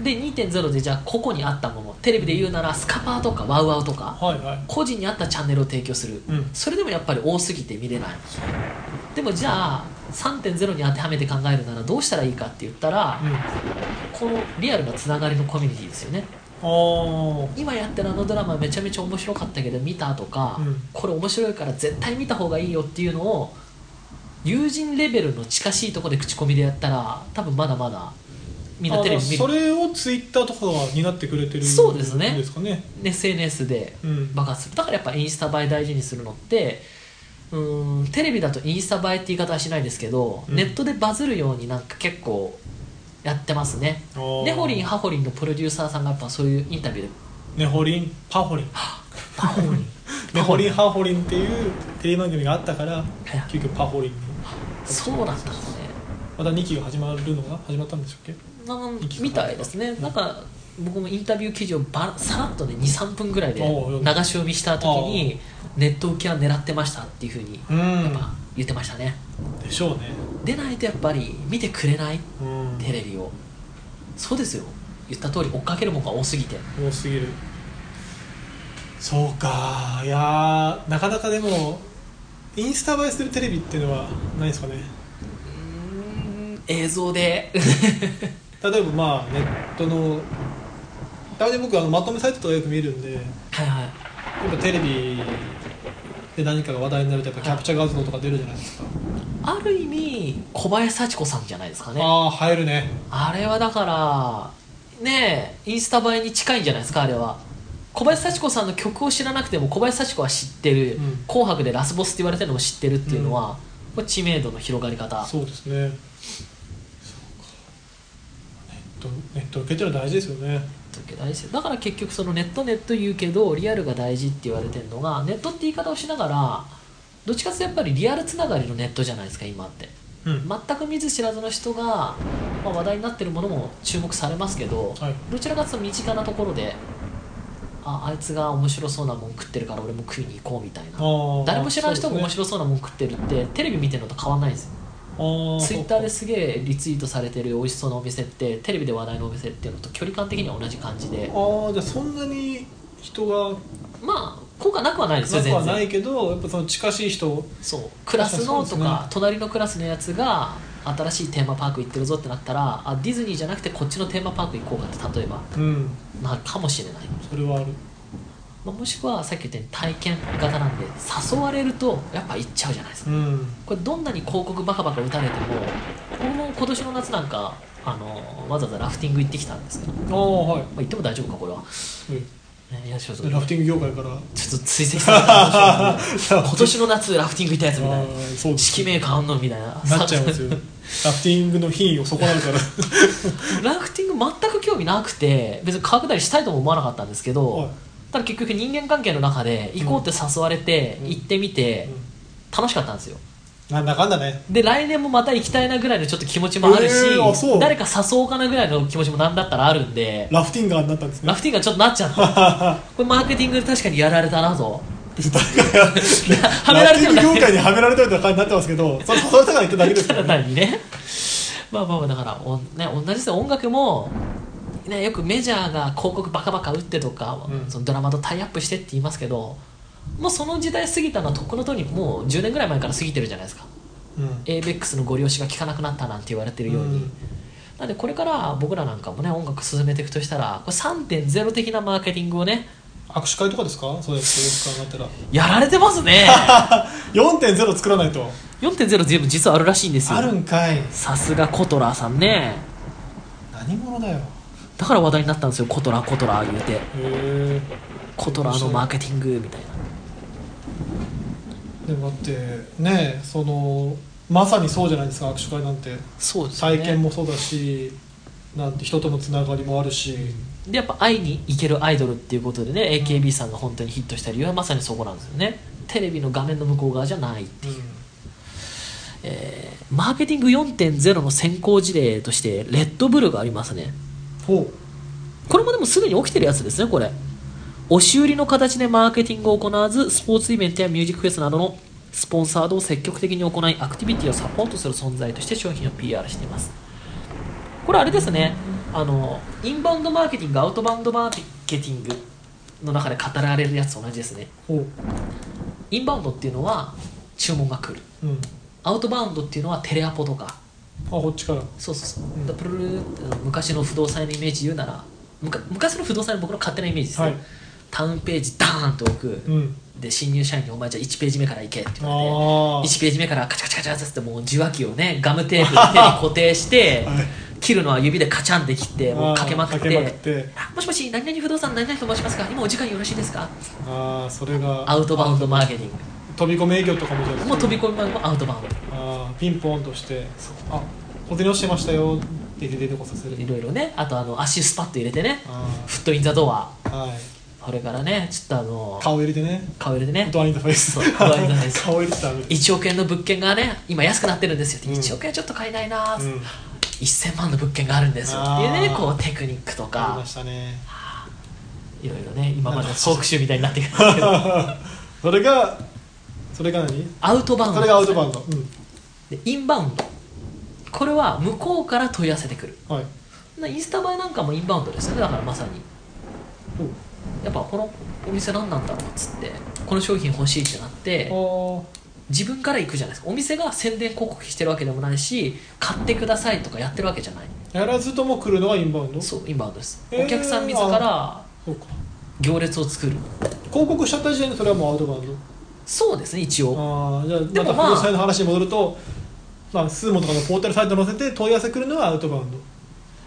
[SPEAKER 1] で2.0でじゃあ個々にあったものテレビで言うならスカパーとかワウワウとか
[SPEAKER 2] はいはい
[SPEAKER 1] 個人に合ったチャンネルを提供する、
[SPEAKER 2] うん
[SPEAKER 1] それでもやっぱり多すぎて見れないでもじゃあ3.0に当てはめて考えるならどうしたらいいかって言ったら、
[SPEAKER 2] うん
[SPEAKER 1] このリアルなつながりのコミュニティですよね
[SPEAKER 2] あ
[SPEAKER 1] 今やってるあのドラマめちゃめちゃ面白かったけど見たとか、
[SPEAKER 2] うん
[SPEAKER 1] これ面白いから絶対見た方がいいよっていうのを友人レベルの近しいところで口コミでやったら多分まだまだみんなテレビ見
[SPEAKER 2] あそ
[SPEAKER 1] る
[SPEAKER 2] れをツイッターとかが担ってくれてる
[SPEAKER 1] そうですね
[SPEAKER 2] んですかね
[SPEAKER 1] SNS で
[SPEAKER 2] うん
[SPEAKER 1] 爆発するだからやっぱインスタ映え大事にするのってうーんテレビだとインスタ映えって言い方はしないですけど、
[SPEAKER 2] うん
[SPEAKER 1] ネットでバズるようになんか結構やってますね
[SPEAKER 2] あー
[SPEAKER 1] でホリンハホリンのプロデューサーさんがやっぱそういうインタビューで
[SPEAKER 2] ねほりんパホリン
[SPEAKER 1] パホリン
[SPEAKER 2] ねほりんハホリンっていうテレビ番組があったから
[SPEAKER 1] いはい
[SPEAKER 2] 急遽パホリンに
[SPEAKER 1] そうなんだったのね
[SPEAKER 2] また2期が始まるのが始まったんでしょうっけ
[SPEAKER 1] なんみたいですねなんか僕もインタビュー記事をばさらっとね23分ぐらいで
[SPEAKER 2] おう
[SPEAKER 1] 流
[SPEAKER 2] 読んだ
[SPEAKER 1] し読みした時にネット受けは狙ってましたっていうふうに
[SPEAKER 2] うん
[SPEAKER 1] やっぱ言ってましたね
[SPEAKER 2] でしょうね
[SPEAKER 1] でないとやっぱり見てくれない
[SPEAKER 2] うん
[SPEAKER 1] テレビをそうですよ言った通り追っかけるものが多すぎて
[SPEAKER 2] 多すぎるそうかいやーなかなかでもインスタ映えするテレビっていうのはないですかね
[SPEAKER 1] 映像で
[SPEAKER 2] 例えばまあネットの大体僕あのまとめサイトとかよく見るんでや
[SPEAKER 1] はいはい
[SPEAKER 2] っぱテレビで何かが話題になるとやっぱキャプチャー画像とか出るじゃないですか、
[SPEAKER 1] ある意味小林幸子さんじゃないですかね
[SPEAKER 2] ああ入るね
[SPEAKER 1] あれはだからねえインスタ映えに近いんじゃないですかあれは小林幸子さんの曲を知らなくても小林幸子は知ってる「
[SPEAKER 2] うん
[SPEAKER 1] 紅白」でラスボスって言われてるのも知ってるっていうのは、これ知名度の広がり方
[SPEAKER 2] そうですねそうかネットネット受けてるの大事ですよね
[SPEAKER 1] 大事だから結局そのネットネット言うけどリアルが大事って言われてるのがネットって言い方をしながらどっちかっていうとやっぱりリアルつながりのネットじゃないですか今って
[SPEAKER 2] うん
[SPEAKER 1] 全く見ず知らずの人が、まあ、話題になってるものも注目されますけど、
[SPEAKER 2] はい
[SPEAKER 1] どちらかというと身近なところでああいつが面白そうなもん食ってるから俺も食いに行こうみたいな
[SPEAKER 2] ああ
[SPEAKER 1] 誰も知らない人が面白そうなもん食ってるって、テレビ見てるのと変わんないんですよツイッターですすげえリツイートされてる美味しそうなお店ってテレビで話題のお店っていうのと距離感的には同じ感じで
[SPEAKER 2] あーじゃあそんなに人が
[SPEAKER 1] まあ効果なくはないですよ
[SPEAKER 2] なく
[SPEAKER 1] 全
[SPEAKER 2] は
[SPEAKER 1] 然
[SPEAKER 2] ないけどやっぱその近しい人
[SPEAKER 1] そうクラスのと
[SPEAKER 2] 確かにそうです
[SPEAKER 1] か
[SPEAKER 2] ね
[SPEAKER 1] 隣のクラスのやつが新しいテーマパーク行ってるぞってなったらあディズニーじゃなくてこっちのテーマパーク行こうかって例えば
[SPEAKER 2] うん
[SPEAKER 1] なるかもしれない、
[SPEAKER 2] それはある
[SPEAKER 1] まあ、もしくはさっき言ったように体験型なんで誘われるとやっぱ行っちゃうじゃないです
[SPEAKER 2] う
[SPEAKER 1] か
[SPEAKER 2] ん
[SPEAKER 1] これどんなに広告バカバカ打たれても僕も今年の夏なんかあのわざわざラフティング行ってきたんですけど、ま
[SPEAKER 2] ああはい
[SPEAKER 1] あ、行っても大丈夫かこれは、
[SPEAKER 2] うん
[SPEAKER 1] ね、いやちょっと
[SPEAKER 2] ラフティング業界から
[SPEAKER 1] ちょっと追跡されて 今年の夏ラフティング行ったやつみた
[SPEAKER 2] あ
[SPEAKER 1] いな
[SPEAKER 2] ーそうです
[SPEAKER 1] 式名変わんのみたいな
[SPEAKER 2] なっちゃ いますよラフティングの品位を損なうから
[SPEAKER 1] ラフティング全く興味なくて別に川下りしたいとも思わなかったんですけど、
[SPEAKER 2] はい
[SPEAKER 1] ただ結局人間関係の中で行こうって誘われて、
[SPEAKER 2] うん
[SPEAKER 1] 行ってみて、
[SPEAKER 2] うん
[SPEAKER 1] 楽しかったんですよ
[SPEAKER 2] なんだかんだね
[SPEAKER 1] で来年もまた行きたいなぐらいのちょっと気持ちもあるし、
[SPEAKER 2] えーあそう
[SPEAKER 1] 誰か誘おうかなぐらいの気持ちもなんだったらあるんで
[SPEAKER 2] ラフティンガーになったんです
[SPEAKER 1] ラ
[SPEAKER 2] ね
[SPEAKER 1] フティングがちょっとなっちゃった これマーケティングで確かにやられたなと はめら
[SPEAKER 2] ラ
[SPEAKER 1] れ
[SPEAKER 2] フ
[SPEAKER 1] て
[SPEAKER 2] ティ
[SPEAKER 1] る
[SPEAKER 2] ン
[SPEAKER 1] んだ
[SPEAKER 2] グ業界にはめられたような感じになってますけどそれ誘われたから言っただけで すからね
[SPEAKER 1] 単に ねまあまあまあだからおん、ね、同じですよ音楽も、ね、よくメジャーが広告バカバカ打ってとか、
[SPEAKER 2] うん
[SPEAKER 1] そのドラマとタイアップしてって言いますけどもうその時代過ぎたのはとっくのとにもう10年ぐらい前から過ぎてるじゃないですか
[SPEAKER 2] うん
[SPEAKER 1] ABEX のご利用しが効かなくなったなんて言われてるように、
[SPEAKER 2] うん
[SPEAKER 1] なんでこれから僕らなんかもね音楽進めていくとしたらこれ3.0的なマーケティングをね
[SPEAKER 2] 握手会とかですかそうやってよく考
[SPEAKER 1] やられてます ね
[SPEAKER 2] えたら4.0作らないと
[SPEAKER 1] 4.0全部実はあるらしいんですよ
[SPEAKER 2] あるんかい
[SPEAKER 1] さすがコトラーさんね
[SPEAKER 2] 何者だよへ
[SPEAKER 1] だから話題になったんですよコトラコトラ言うて
[SPEAKER 2] え
[SPEAKER 1] コトラのマーケティングみたいな
[SPEAKER 2] でもだってねそのまさにそうじゃないですか握手会なんて
[SPEAKER 1] そうですね
[SPEAKER 2] 体験もそうだし、なんて人とのつながりもあるし、
[SPEAKER 1] でやっぱ会いに行けるアイドルっていうことでね AKB さんが本当にヒットした理由はまさにそこなんですよねテレビの画面の向こう側じゃない、えーマーケティング4.0の先行事例としてレッドブルがありますね
[SPEAKER 2] ほ
[SPEAKER 1] これもでもすでに起きてるやつですねこれ押し売りの形でマーケティングを行わずスポーツイベントやミュージックフェスなどのスポンサードを積極的に行いアクティビティをサポートする存在として商品を PR していますこれあれですねあのインバウンドマーケティングアウトバウンドマーケティングの中で語られるやつと同じですね
[SPEAKER 2] うほう
[SPEAKER 1] インバウンドっていうのは注文が来る
[SPEAKER 2] うん
[SPEAKER 1] アウトバウンドっていうのはテレアポとか
[SPEAKER 2] あこっちから
[SPEAKER 1] そうそうそう、
[SPEAKER 2] ん
[SPEAKER 1] だからプルルルって昔の不動産屋のイメージ言うならむか昔の不動産屋の僕の勝手なイメージですね、
[SPEAKER 2] はい
[SPEAKER 1] タウンページダーンと置く、
[SPEAKER 2] うん
[SPEAKER 1] で新入社員に「お前じゃあ1ページ目から行け」って言われて
[SPEAKER 2] ああ
[SPEAKER 1] 1ページ目からカチャカチャカチャってもう受話器をねガム テープで手に固定して、
[SPEAKER 2] はい
[SPEAKER 1] 切るのは指でカチャンって切ってもうかけまくっ
[SPEAKER 2] あー
[SPEAKER 1] て
[SPEAKER 2] かけまくって
[SPEAKER 1] あもしもし何々不動産何々と申しますか今お時間よろしいですか?」
[SPEAKER 2] ああそれが
[SPEAKER 1] アウトバウンドマーケティン
[SPEAKER 2] 飛び込み営業とかもじゃ
[SPEAKER 1] グ
[SPEAKER 2] あ
[SPEAKER 1] もう飛び込みもアウトバウンド
[SPEAKER 2] あーピンポンとしてあ小手直してましたよって出てこさせる
[SPEAKER 1] いろいろねあとあの足スパッと入れてね
[SPEAKER 2] あ
[SPEAKER 1] フットインザドア
[SPEAKER 2] ーはい
[SPEAKER 1] これからねちょっとあの
[SPEAKER 2] 顔入れてね
[SPEAKER 1] 顔入れてね
[SPEAKER 2] ドアインターフェース
[SPEAKER 1] そうドアインターフェース
[SPEAKER 2] 顔入れてダメ
[SPEAKER 1] 1億円の物件がね今安くなってるんですよって、
[SPEAKER 2] うん
[SPEAKER 1] 1億円はちょっと買えないなーっつって、
[SPEAKER 2] うん
[SPEAKER 1] 1000万の物件があるんですっていうね
[SPEAKER 2] あー
[SPEAKER 1] こうテクニックと
[SPEAKER 2] あり
[SPEAKER 1] か
[SPEAKER 2] ましたね
[SPEAKER 1] いろいろね今までのトーク集みたいになってくるんですけ ど
[SPEAKER 2] それがそれが何
[SPEAKER 1] アウトバウンド
[SPEAKER 2] それがアウトバウンド、
[SPEAKER 1] でインバウンドこれは向こうから問い合わせてくる
[SPEAKER 2] うん、はい
[SPEAKER 1] なインスタ映えなんかもインバウンドですよねだからまさにやっぱこのお店何なんだろうっつってこの商品欲しいってなって
[SPEAKER 2] お
[SPEAKER 1] 自分から行くじゃないですかお店が宣伝広告してるわけでもないし買ってくださいとかやってるわけじゃない
[SPEAKER 2] あーやらずとも来るのがインバウンドそ
[SPEAKER 1] そうインバウンドです
[SPEAKER 2] へー
[SPEAKER 1] お客さん自ら
[SPEAKER 2] うか
[SPEAKER 1] 行列を作る
[SPEAKER 2] 広告しちゃった時点でそれはもうアウトバウンド
[SPEAKER 1] そうですね一応
[SPEAKER 2] ああじゃあ
[SPEAKER 1] で
[SPEAKER 2] ま
[SPEAKER 1] も
[SPEAKER 2] た
[SPEAKER 1] まあ
[SPEAKER 2] 不動産の話に戻ると、まあ、スーモとかのポータルサイトに載せて問い合わせ来るのはアウトバウンド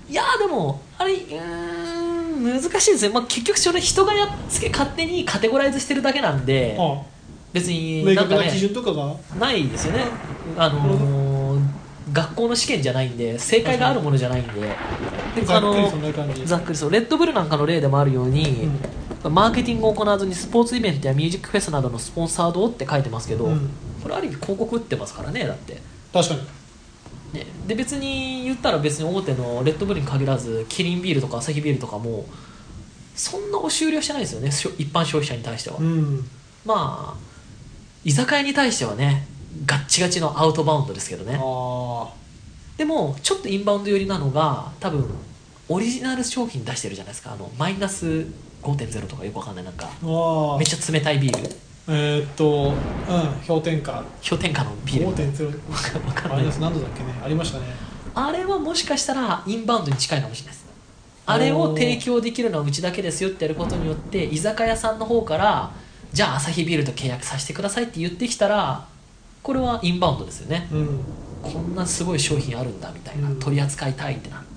[SPEAKER 1] いやーでもあれうーん難しいですね、まあ、結局それ人がやっつけ勝手にカテゴライズしてるだけなんで
[SPEAKER 2] あ
[SPEAKER 1] 別
[SPEAKER 2] あ
[SPEAKER 1] にな
[SPEAKER 2] 明
[SPEAKER 1] ん
[SPEAKER 2] 確
[SPEAKER 1] か
[SPEAKER 2] な
[SPEAKER 1] ね
[SPEAKER 2] 基準とかが
[SPEAKER 1] ないですよねあのー学校の試験じゃないんで正解があるものじゃないんでであ
[SPEAKER 2] ざっくり
[SPEAKER 1] の
[SPEAKER 2] そんな感じ
[SPEAKER 1] ざっくりそうレッドブルなんかの例でもあるように、マーケティングを行わずにスポーツイベントやミュージックフェスなどのスポンサードをって書いてますけど、
[SPEAKER 2] うん
[SPEAKER 1] これある意味広告打ってますからねだって、
[SPEAKER 2] 確かに
[SPEAKER 1] ね、で別に言ったら別に大手のレッドブルに限らずキリンビールとかアサヒビールとかもそんなお終了してないですよねしょ一般消費者に対しては、
[SPEAKER 2] うん
[SPEAKER 1] まあ居酒屋に対してはねガッチガチのアウトバウンドですけどね
[SPEAKER 2] あ
[SPEAKER 1] でもちょっとインバウンド寄りなのが多分オリジナル商品出してるじゃないですかあのマイナス5.0とかよくわかんないなんか
[SPEAKER 2] あああ
[SPEAKER 1] めっちゃ冷たいビール
[SPEAKER 2] えーっとうん氷点下
[SPEAKER 1] 氷点下のビール
[SPEAKER 2] 5.0
[SPEAKER 1] わかん
[SPEAKER 2] マ
[SPEAKER 1] な
[SPEAKER 2] イ
[SPEAKER 1] い
[SPEAKER 2] ナス何度だっけねありましたね
[SPEAKER 1] あれはもしかしたらインバウンドに近いかもしれないですあれを提供できるのはうちだけですよってやることによって居酒屋さんの方からじゃあアサヒビールと契約させてくださいって言ってきたらこれはインバウンドですよね
[SPEAKER 2] うん
[SPEAKER 1] こんなすごい商品あるんだみたいな
[SPEAKER 2] うん
[SPEAKER 1] 取り扱いたいってなって